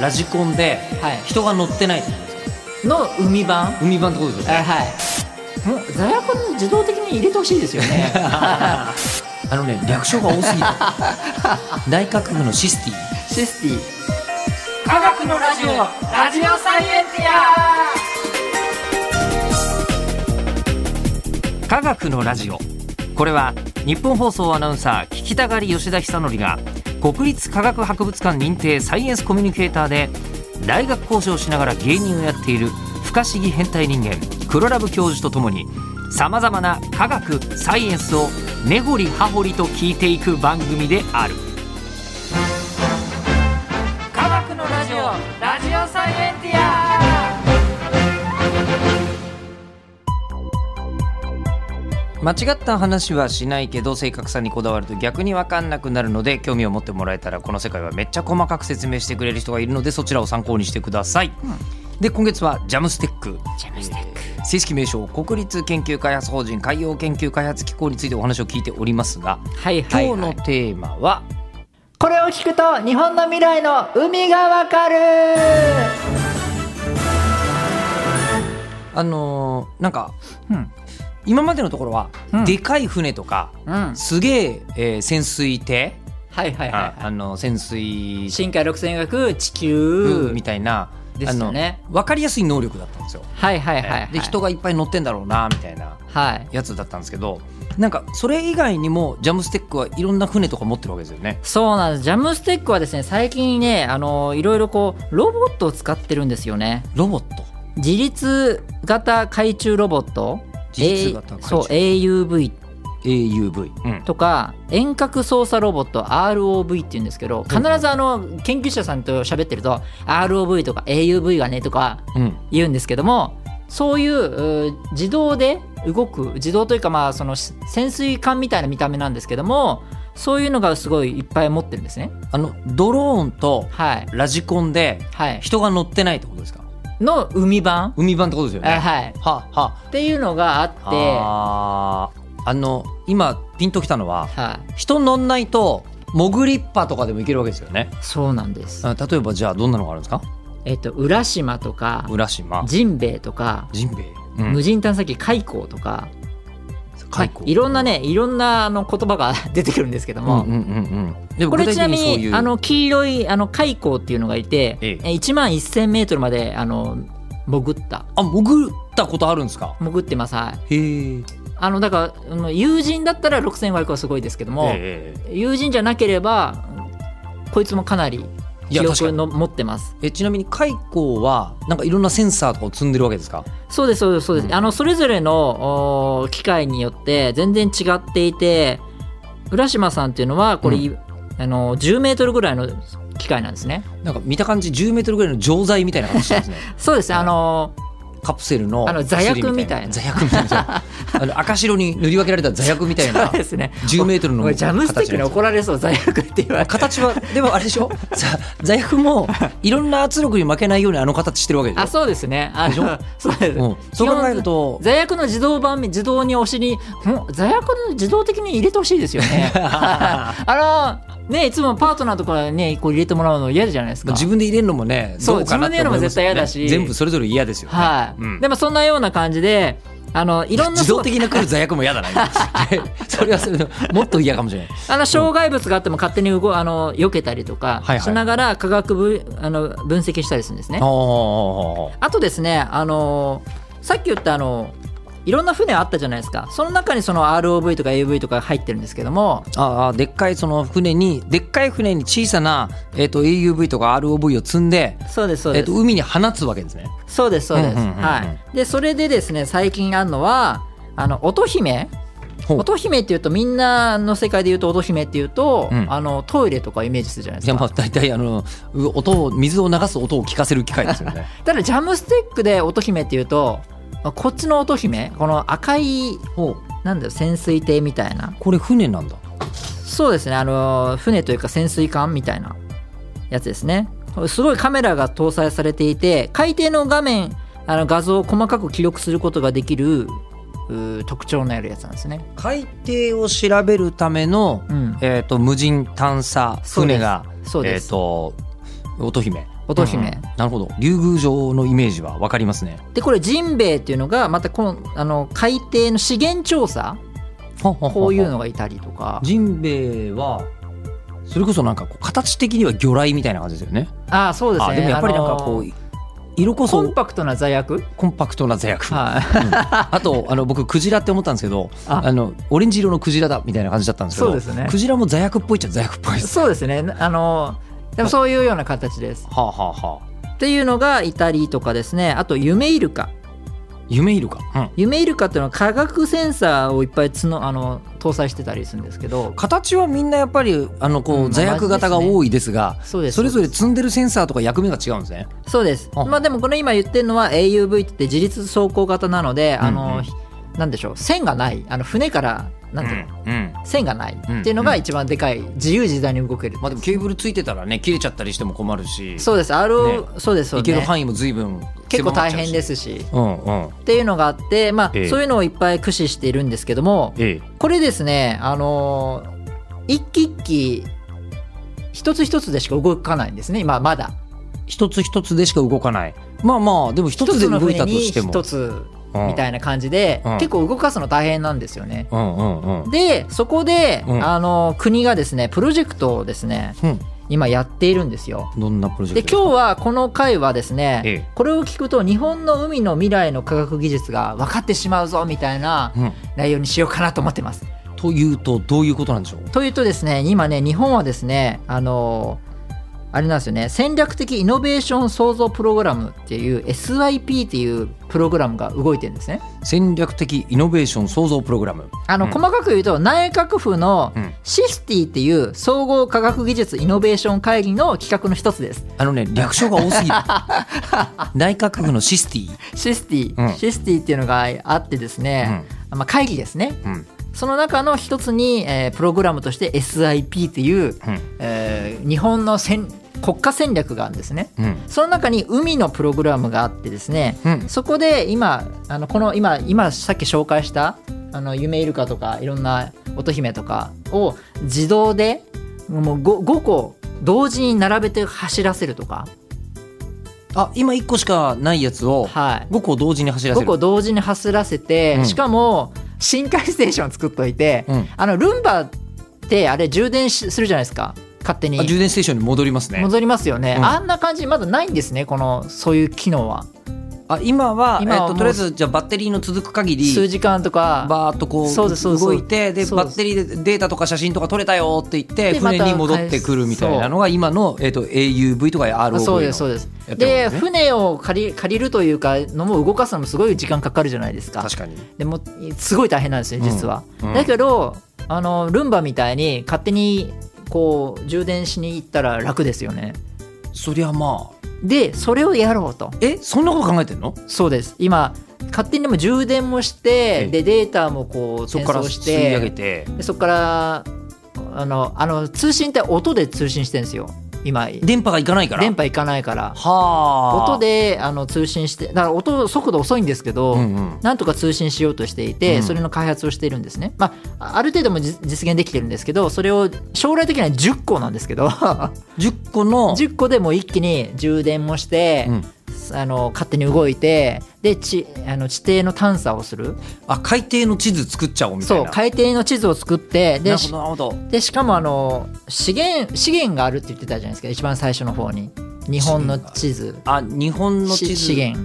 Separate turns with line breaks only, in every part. ラジコンで
はい
人が乗ってないってことですか
の海版
海版ってことですよ
あ
ね
はいもう座薬に自動的に入れてほしいですよね
あのね略称が多すぎた内閣府のシスティ
システィ科学のラジオラジオサイエンティア
科学のラジオこれは日本放送アナウンサー聞きたがり吉田久典が国立科学博物館認定サイエンスコミュニケーターで大学講師をしながら芸人をやっている不可思議変態人間黒ラブ教授とともにさまざまな科学サイエンスを根掘り葉掘りと聞いていく番組である
科学のラジオラジオサイエンティア
間違った話はしないけど正確さにこだわると逆に分かんなくなるので興味を持ってもらえたらこの世界はめっちゃ細かく説明してくれる人がいるのでそちらを参考にしてください、で今月はジャムステック
ジャムステック
正式名称国立研究開発法人海洋研究開発機構についてお話を聞いておりますが
はい
今日のテーマは、
これを聞くと日本の未来の海がわかる
あのーなんか
うん
今までのところは、
うん
でかい船とか
うん
すげええー潜水艇、
はいはい
あ
は
あの潜水
い深海六千学地
う
球
んみたいな、
で
あ
した
の
ね
分かりやすい能力だったんですよ。
はいはいはいはい
で人がいっぱい乗ってんだろうなみたいな
はい
やつだったんですけどなんかそれ以外にもジャムステックはいろんな船とか持ってるわけですよね。
そうなんですジャムステックはですね最近ねあのいろいろこうロボットを使ってるんですよね
ロボット
自律型海中ロボット
自律型海中
A- そう AUV
AUV、うん
とか遠隔操作ロボット ROV っていうんですけど必ずあの研究者さんと喋ってると ROV とか AUV がねとか
うん、
言うんですけどもそういううー自動で動く自動というかまあそのし潜水艦みたいな見た目なんですけどもそういうのがすごいいっぱい持ってるんですね
あのドローンと
はい
ラジコンで
はい
人が乗ってないってことですか
の海版、
海版ってことですよね。
あはい
はは
っていうのがあって
あーあの今ピンときたのは
はい
人乗んないと潜りっぱとかでも行けるわけですよね。
そうなんです
あ例えばじゃあどんなのがあるんですか
えっと浦島とか
浦島
ジンベエとか
ジンベエ、う
無人探査機海溝とか
海
ま
溝
あいろんなねいろんなあの言葉が 出てくるんですけども、
うんうんうんうん、でも
こ
具体
れち
的
なみ
そう
に
いう
あの黄色いあの海溝っていうのがいて、
ええ
1万1000メートルまであの潜った
あ潜ったことあるんですか
潜ってますはい
へえ
あのだからあの友人だったら6500はすごいですけども、
ええ
友人じゃなければこいつもかなり
いや
記
確か
憶
に
の持ってます
えちなみに海溝はなんかいろんなセンサーとかを積んでるわけですか
そうですそうですそうです、
うん
あのそれぞれのおー機械によって全然違っていて浦島さんっていうのはこれ、
う
あの10メートルぐらいの機械なんですね
なんか見た感じ1 0ルぐらいの錠剤みたいな感じしてます ね
そうですねあの
カプセルの
あの座薬みたいな
薬座薬みたい なあの赤白に塗り分けられた座薬みたい
ー
な
そうですね
10メートルの
これジャムスティックに怒られそう罪悪って言われて
形はでもあれでしょさ座薬もいろんな圧力に負けないようにあの形してるわけでしょ
あそうですねあ
でしょ
のそうです、
うん、そう考えると
罪悪の自動版自動にお尻もう罪悪の自動的に入れてほしいですよ ねあのねいつもパートナーとかねこう入れてもらうの嫌じゃないですか
自分で入れるのもね
そう
どかなって思います
自分で入れるのも絶対嫌だし
全部それぞれ嫌ですよね、
はい、
うん
でもそんなような感じであのいろんな
自動的な来る罪悪も嫌だな それはそれでもっと嫌かもしれない
あの障害物があっても勝手に動あの避けたりとか
はいはい
しながら科学ぶあの分析したりするんですね。
おー
あとですねあのさっき言ったあのいろんな船あったじゃないですかその中にその ROV とか AV とか入ってるんですけども
ああでっかいその船にでっかい船に小さな、えっと AUV とか ROV を積んで
そうですそう
えっ
です、
と海に放つわけですね
そうですそうです、
うんうんうんうん
はいでそれでですね最近あるのはあの乙姫
ほう
乙姫っていうとみんなの世界で言うと乙姫っていうと、
うん
あのトイレとかイメージするじゃないです
じゃ
か
あまあ大体あのう音を水を流す音を聞かせる機械ですよ ね
ただジャムスティックで乙姫っていうとこっちの乙姫この赤い
ほう
なんだよ潜水艇みたいな
これ船なんだ
そうですねあのー船というか潜水艦みたいなやつですねすごいカメラが搭載されていて海底の画面あの画像を細かく記録することができるうー特徴のあるやつなんですね、
海底を調べるための、
うん、
えっと無人探査船が
そう
え
で
っ
す
と乙姫
乙姫、
うんなるほど竜宮城のイメージは分かりますね
でこれジンベエっていうのがまたこのあの海底の資源調査こ
こ
ういうのがいたりとか
ジンベエはそれこそなんかこう形的には魚雷みたいな感じですよね
ああそうですね
あでもやっぱりなんかこ
あ
う
の
色こ
コン
そ
パクトな罪悪
コンパクトな座薬、
はい
うんあとあの僕クジラって思ったんですけどあ
あ
のオレンジ色のクジラだみたいな感じだったんですけど
そうですね
クジラも座薬っぽいっちゃ座薬っぽいです
そうですねあのでもそういうような形です
はあはあはあ
っていうのがいたりとかですねあと夢イルカ
夢いるか、うん
夢イルカっていうのは化学センサーをいっぱいつのあの搭載してたりするんですけど
形はみんなやっぱりあのこ
う
うん座薬型が多いですが、
そうです
それぞれ積んでるセンサーとか役目が違うんですね。
そうです
あ
まあでもこの今言ってるのは AUV って言って自立走行型なのであ
うんうん
の、ひなんでしょう線がないあの船からなんていうの、
うん
線がない
うん
っていうのが一番でかい自由自在に動ける、
まあでもケーブルついてたらね切れちゃったりしても困るし、
そうです RO、そうですそう
行け
で
る
す、ね、
範囲も随分。
結構大変ですすし
うんうん。
っていうのがあって、まあ
ええ
そういうのをいっぱい駆使しているんですけども
ええ。
これですねあのー一機一機一つ一つでしか動かないんですね今まだ
一つ一つでしか動かない。まあまあでも一つで動いたとしても。
一つの船に一つみ
い
たいな感じで、
うん
結構動かすの大変なんですよね
な。うんうんうん。
でそこで、
うん
あのー国がですねプロジェクトをですね
うん。
今やっているんですよ
どんなプロジェ
で
クトですか。
今日はこの回はですね、
ええ
これを聞くと日本の海の未来の科学技術が分かってしまうぞみたいな
うん
内容にしようかなと思ってます
というとどういうことなんでしょう。
というとですね今ね日本はですねあのあれなんですよね戦略的イノベーション創造プログラムっていう SIP っていうプログラムが動いてるんですね
戦略的イノベーション創造プログラム。
あの、
うん
細かく言うと内閣府の
うん
システィっていう総合科学技術イノベーション会議の企画の一つです
あのね略称が多 すぎる。内閣府のシスティ。
システィ、
うん
システィっていうのがあってですね、まあ、会議ですね
うんうん
その中の一つに、えープログラムとして SIP っていう、
うん
えー日本の戦国家戦略があるんですね
うん
その中に海のプログラムがあってですね、
うん
そこで今あのこの今今さっき紹介したあの夢イルカとかいろんな乙姫とかを自動でもう 5, 個同時に並べて走らせるとか、
あ今1個しかないやつを
はい、
5個同時に走らせ
5
る
個同時に走らせて、
うん
しかも深海ステーション作っといて、
うん
あのルンバってあれ充電しするじゃないですか勝手に
あ充電ステーションに戻りますね
戻りますよね、
うん
あんな感じまだないんですねこのそういう機能は
あ今は
今は
えっ
も
と、
う
とりあえずじゃあバッテリーの続く限
数
り
時間とか
バーッとこう
そうですそうです
動いてで
そうで
バ
す
ッテリーでデータとか写真とか撮れたよって言って
でまた
船に戻ってくるみたいなのが今の、えっと AUV とか ROV の
そうですそうです
やってる
で
わけね
船を借り借りるというかのも動かすのもすごい時間かかるじゃないですか
確かに
でもすごい大変なんですよ実は、
うんうん
だけどあのルンバみたいに勝手にこう充電しに行ったら楽ですよね
そりゃまあ
でそれをやろうと
えそんなこと考えてんの
そうです今勝手にでも充電もして、
ええ
でデータもこう
そ
転
こから
送し
吸い上げて
てでそこからあのあの通信って音で通信してるんですよ今
電波がいかないから
電波いかないから
はあ
音であの通信してだから音速度遅いんですけど、
うんうん
なんとか通信しようとしてい
う
て、
ん
それの開発をしているんですね、まあ、ある程度もじ実現できてるんですけどそれを将来的には10個なんで すけど
10個の
10個でもう一気に充電もして、
うん
あの勝手に動いてで地あの地底の探査をする
あ海底の地図作っちゃおうみたい
そう
な
海底の地図を作って
な
で
るほどなるほど
でしかもあの資源資源があるって言ってたじゃないですか一番最初の方に日本の地図
あ日本の地図
し資源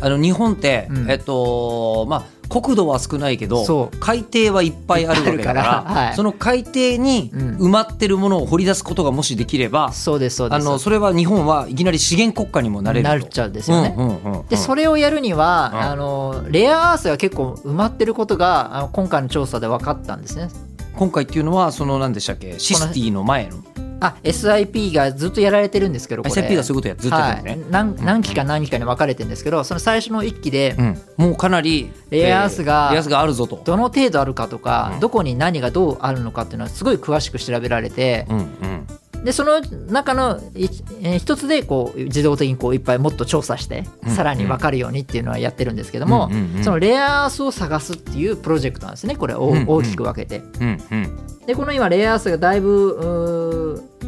あの日本って、
うん
えっとまあ国土は少ないけど
そう
海底はいっぱいあるわけだから
いっぱいあるからはい
その海底に
うん
埋まってるものを掘り出すことがもしできれば、
そうですそうで
あ
す
のそれは日本はいきなり資源国家にもなれると
なっちゃうんですよね。
うんうんうんうん
でそれをやるには、
うん
あのレアアースが結構埋まってることがあの今回の調査で分かったんですね。
今回っていうのはその何でしたっけシスティの前の
あ SIP がずっとやられてるんですけどこれ
SIP がそういうことやずっとやってる
はい
ね、
何何期か何期かに分かれてるんですけどその最初の1期で
うん、もうかなり
レアアースが
えーレアアースがあるぞと、
どの程度あるかとか、
うん
どこに何がどうあるのかっていうのはすごい詳しく調べられて
うんうん、
でその中のいえー一つでこう自動的にこういっぱいもっと調査して、
うん
さらに分かるようにっていうのはやってるんですけども、
うんうんうん
そのレアアースを探すっていうプロジェクトなんですねこれを
うんうん
大きく分けて。
うんうん
でこの今レイアースがだいぶう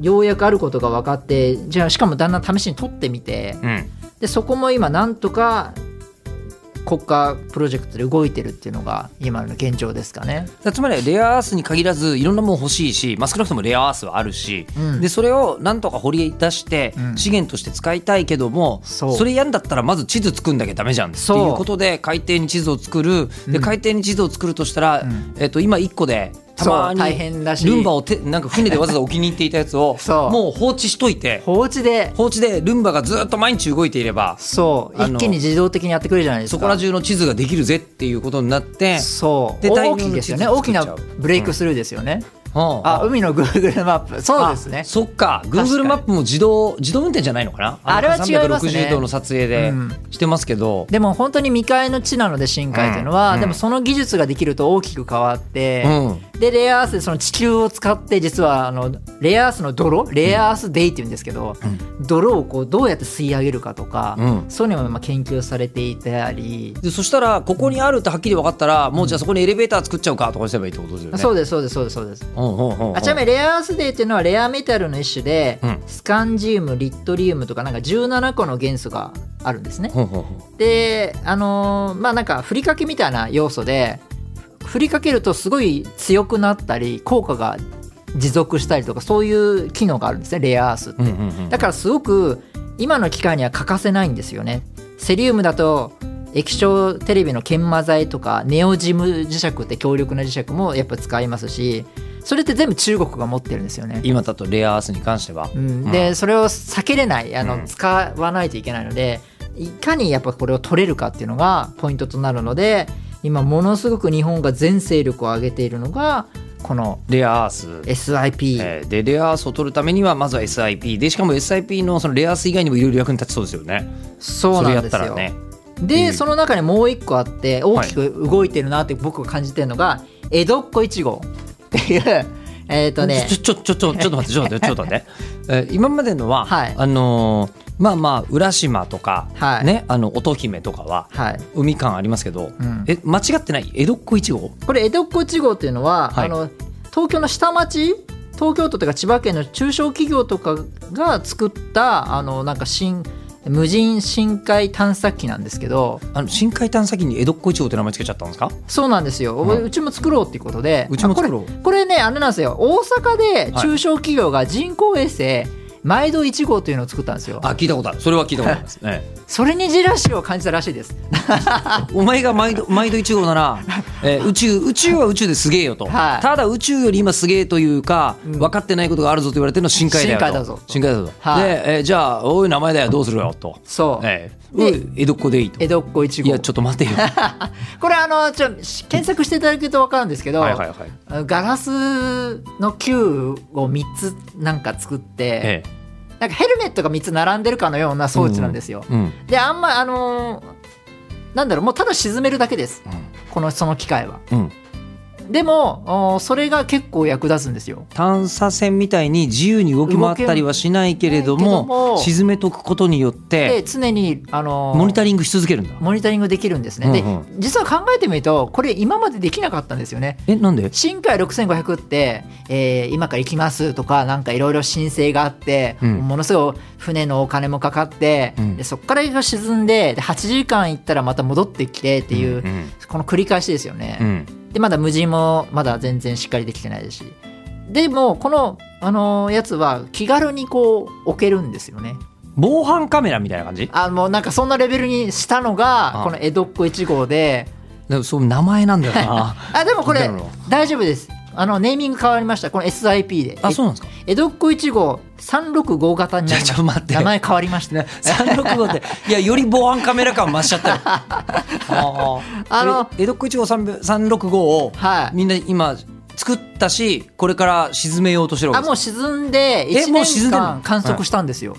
ーようやくあることが分かってじゃあしかもだんだん試しに取ってみて
うん
でそこも今なんとか国家プロジェクトで動いてるっていうのが今の現状ですかね。
つまりレアアースに限らずいろんなもの欲しいし、まあ、少なくともレアアースはあるし、
うん
でそれをなんとか掘り出して
うん
資源として使いたいけども、
そう
それやんだったらまず地図作んなきゃダメじゃんって
そう
いうことで海底に地図を作る
う
で
ん
海底に地図を作るとしたら、
うん
えっと今1個でたま
そう大
に
変だし
ルンバをてなんか船でわざわざ置きに行っていたやつを
そう
もう放置しといて
放置で
放置でルンバがずっと毎日動いていれば
そう
あの
一気に自動的にやってくれるじゃないです
そ
か。
こら中の地図ができるぜっていうことになって。
そう
で大量
大
の
き
地
い
図
ですよね
作
大
っち
き
ゃう
なブレイクスルーですよね。
うん
あ海の Google マップそうです
あ
ね。
そっか Google
確かに
マップも自動自動運転じゃないのかなの
あれは違いますね
360度の撮影で
うん
してますけど、
でも本当に未開の地なので深海というのは、
うん
でもその技術ができると大きく変わって
う、ん、
でレアアースでその地球を使って実はあのレアアースの泥レアアースデイって言うんですけど、泥をこうどうやって吸い上げるかとか、
うん
そういうのもまあ研究されていたり、
でそしたらここにあるってはっきり分かったら、もうじゃあそこにエレベーター作っちゃうかとかすればいいってことですよね。
そうですそうですそうですそうです。
うんうんうんうん
あちなみにレアアースデイっていうのはレアメタルの一種で、
うん
スカンジウムリットリウムとかなんか17個の元素があるんですね。
うんうんうん
であのーまあなんかふりかけみたいな要素でふりかけるとすごい強くなったり効果が持続したりとかそういう機能があるんですねレアアースって、
うんうんうん
だからすごく今の機械には欠かせないんですよねセリウムだと液晶テレビの研磨剤とかネオジム磁石って強力な磁石もやっぱ使いますしそれって全部中国が持ってるんですよね
今だとレアアースに関しては、
うん、でそれを避けれないあの、
うん
使わないといけないのでいかにやっぱこれを取れるかっていうのがポイントとなるので今ものすごく日本が全勢力を上げているのがこの
レアアース
SIP、
えーでレアアースを取るためにはまずは SIP でしかも SIP のそのレアアース以外にもいろいろ役に立ちそうですよね。
そうなんです
れや
よ、
ったらね。
で、
うん
その中にもう一個あって大きく動いてるなって僕が感じてるのが、江戸っ子1号っていう えっ、とね
ちょちょちょちょちょっと待ってちょっと待ってちょっと 待って、えー今までのは、
はい
あのーまあまあ浦島とか、
はい
ねあの乙姫とかは
はい
海感ありますけど、
うん
え間違ってない江戸っ子一号
これ江戸っ子1号っていうのは、
はい
あの東京の下町東京都とか千葉県の中小企業とかが作ったあのなんか新無人深海探査機なんですけど
あの深海探査機に江戸っ子一号って名前つけちゃったんですか
そうなんですよ、
うん
うちも作ろうっていうことで
うちも作ろう
あこれこれねあれなんですよ大阪で中小企業が人工衛星毎度1号というのを作ったんですよ
あ聞いたことあるそれは聞いたことあり ます、ええ
それにジェラシーを感じたらしいです
お前が毎 度毎度一号なら、えー宇宙宇宙は宇宙ですげえよと、
はい
ただ宇宙より今すげえというか、
うん
分かってないことがあるぞと言われてるのは深海だよと
深海だぞ
深海だぞ、
はい
で、えーじゃあおい名前だよどうするよと、
そう、
ええおい江戸っ子でいいと
江戸っ子1号
いやちょっと待 てよは
これあのちょ検索していただくと分かるんですけど、
いはいはい
ガラスの球を3つなんか作って、
ええ
なんかヘルメットが3つ並んでるかのような装置なんですよ。
うんうん
であんまあのーなんだろうもうただ沈めるだけですこのその機械は。
うん
でもおそれが結構役立つんですよ。
探査船みたいに自由に動き回ったりはしないけれども
動けないけども
沈めとくことによって
で常にあのー
モニタリングし続けるんだ
モニタリングできるんですね。
うんうん
で実は考えてみるとこれ今までできなかったんですよね。
えなんで
新海6500って、えー今から行きますとかなんかいろいろ申請があって、
うん
ものすごい船のお金もかかって、
うん
でそこから沈んでで8時間行ったらまた戻ってきてっていう、
うん
この繰り返しですよ
うんう
ね、
ん
でまだ無人もまだ全然しっかりできてないですしでもこの、あのーやつは気軽にこう置けるんですよね
防犯カメラみたいな感じ
あもうなんかそんなレベルにしたのが
あ
この江戸っ子1号で
でもそう名前なんだよ な
あでもこ
な
れ
るほど
大丈夫ですあのネーミング変わりましたこの SIP で
あそうなんですか
江戸っ子1号365型に
じ
な
ゃあちょ
りまし
ったと待って
名前変わりましたね
365っていやより防犯カメラ感増しちゃった よあー
あの
え江戸っ子一号365を
はい
みんな今作ったしこれから沈めようとしてるわ
あ
けで
もう
す
沈んで1
もう沈んでん
年
の
間観測したんですよ、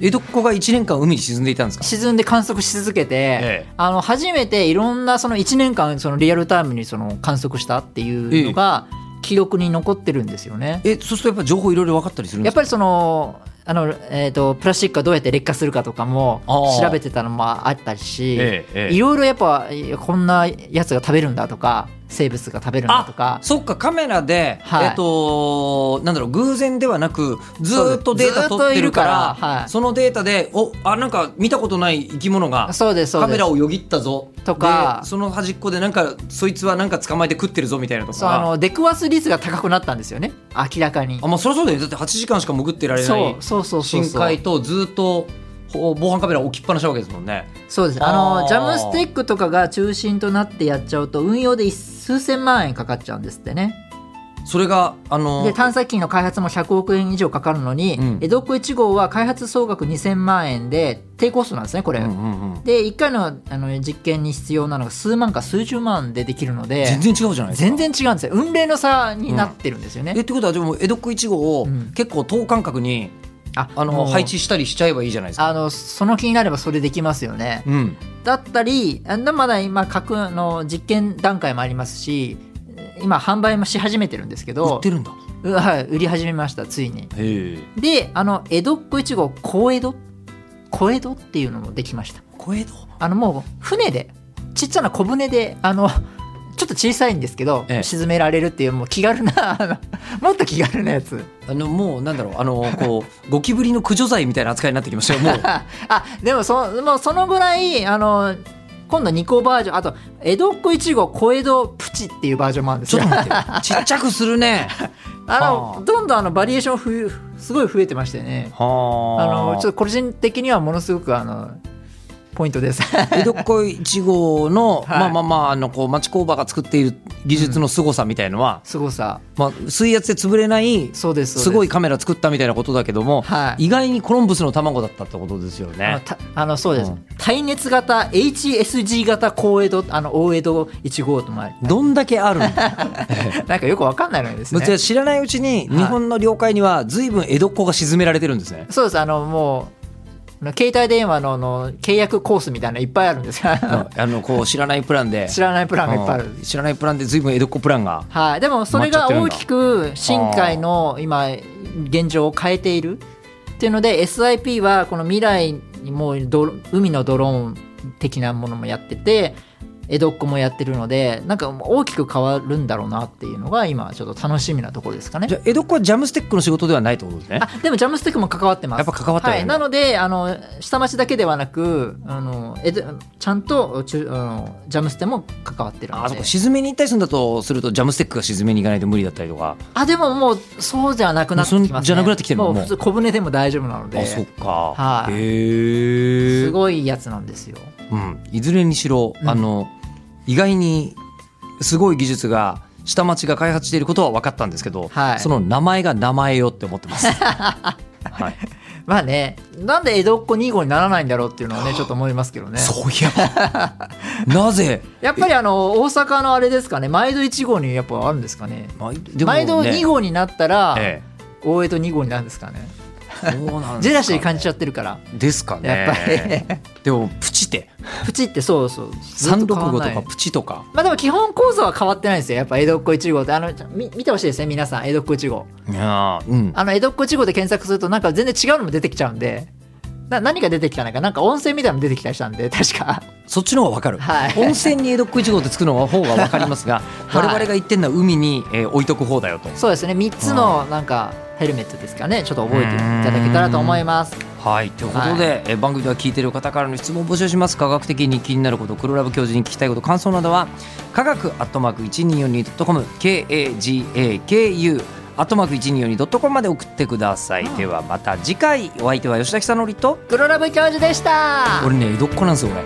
江戸っ子が1年間海に沈んでいたんですか
沈んで観測し続けて、
ええ
あの初めていろんなその1年間そのリアルタイムにその観測したっていうのが記録に残ってるんですよね、
えそうするとやっぱ情報いろいろ分かったりするんで
やっ
すか
ぱりそのあの、えー、とプラスチックがどうやって劣化するかとかも
あー
調べてたのもあったりし、
ええええ
いろいろやっぱいやこんなやつが食べるんだとか生物が食べるんだとか
そっかカメラで、
はい
えっとなんだろう偶然ではなくずーっとデータ
そうです
取ってるから
ずーっといるからはい
そのデータでおあなんか見たことない生き物が
そうですそう
カ
です
メラをよぎったぞ
とか
でその端っこでなんかそいつはなんか捕まえて食ってるぞみたいなとか
そうあの出くわす率が高くなったんですよね明らかに
あまあそりゃそうだよねだって8時間しか潜ってられない
そうそうそうそう
深
そう
海とずーっとほ防犯カメラ置きっぱなしなわけですもんね
そうです
あ
あ
ー
のジャムステックとかが中心となってやっちゃうと運用で数千万円かかっちゃうんですってね
それがあの
で探査機の開発も100億円以上かかるのに、
うん
江戸っ子1号は開発総額2000万円で低コストなんですねこれ、
うんうんうん
で1回のあの実験に必要なのが数万か数十万でできるので
全然違うじゃないですか
全然違うんですよ運命の差になってるんですよね、
えってことはでも江戸っ子1号を
うん
結構等間隔に
あ
あの
もう
配置したりしちゃえばいいじゃないですか。
あのその気になればそれできますよね、
うん、
だったりあのまだ今核あの実験段階もありますし今販売もし始めてるんですけ
売
ど
ってるんだ。
うはい、売り始めましたついに
へえ。
であの江戸っ子1号小江戸小江戸っていうのもできました
小江戸。
あのもう船でちっちゃな小舟であのちょっと小さいんですけど、
ええ
沈められるっていうもう気軽なあのもっと気軽なやつ
あのもうなんだろうあのこ うゴキブリの駆除剤みたいな扱いになってきましたよもう。
ああでもそもうそのぐらいあの今度2個バージョンあと江戸っ子1号小江戸プチっていうバージョンもあるんです
ちょ
よ
っと待って。ちっちゃくするね。
あ
はあ
のどんどんあのバリエーションふすごい増えてましたよね
はあ。
あのちょっと個人的にはものすごくあのポイントです
江戸っ子1号の、
はい
まあまあまああのこう町工場が作っている技術の凄さみたいのは、
すごさ
まあ水圧で潰れない
そうですそうです
すごいカメラ作ったみたいなことだけども、
はい
意外にコロンブスの卵だったってことですよ
あの
ね。
たあのそうです、
うん
耐熱型 HSG 型高江戸あの大江戸1号ともあり
どんだけ あるの。
なんかよくわかんないのです
もうじゃあ
ね
知らないうちに日本の領海には随分江戸っ子が沈められてるんですね。
そうですあのもうあの携帯電話のあの契約コースみたいなのいっぱいあるんですよ
うんあのこう知らないプランで
知らないプランがいっぱいある
うん知らないプランで随分江戸っ子プランが。
はい、でもそれが大きく深海の今現状を変えているっていうので SIP はこの未来にもうドロ海のドローン的なものもやってて江戸っ子もやってるのでなんか大きく変わるんだろうなっていうのが今ちょっと楽しみなところですかね
じ。ゃあ江戸っ子はジャムステックの仕事ではないってことですね。
あでもジャムスティックも関わってます。
やっぱ関わってるんだ
はい、なのであの下町だけではなくあの江戸ちゃんと中あのジャムステも関わってるの
あ
で
あそこ沈めに行ったりするんだとするとジャムステックが沈めに行かないと無理だったりとか。
あでももうそうじゃなくなってきま
も
す、
うそん
ね、
じゃなくなってきてるの
もう
もう
普通小舟でも大丈夫なので
あそっか。
はい
へえ。
すごいやつなんですよ
うん。いずれにしろ、
うん
あの意外にすごい技術が下町が開発していることは分かったんですけど、
はい
その名前が名前よって思ってます。はい。
まあねなんで江戸っ子2号にならないんだろうっていうのはねちょっと思いますけどね
そういえば なぜ
やっぱりあの大阪のあれですかね毎度1号にやっぱあるんですかね
毎でもね
毎度2号になったら、
え
大江戸2号になるんですかね
えそうなんですかね
ジェラシー感じちゃってるから
ですかね
やっぱり、
でもプチって
プチってそうそう
365と
ずっ変わんな
か
い
プチとか
まあでも基本構造は変わってないんですよやっぱ江戸っ子1号ってあのちょみ見てほしいですね皆さん江戸っ子1号
いやーうん
あの江戸っ子地方で検索するとなんか全然違うのも出てきちゃうんで。な何が出てきたのかなんか温泉みたいなの出てきたりしたんで 確か
そっちの方が分かる、
はい
温泉に江戸っ子1号ってつくのは方が分かりますが、
はい
我々が言ってんのは海に、えー置いとく方だよと
そうですね3つのなんかヘルメットですかねちょっと覚えていただけたらと思います
はいということで、えー番組では聞いてる方からの質問を募集します科学的に気になること黒ラブ教授に聞きたいこと感想などは科学アットマーク 1242.comKAGAKU アットマーク 1242.com まで送ってください、ではまた次回お相手は吉田久典と
黒ラブ教授でした
俺ね江戸っ子なんですよ俺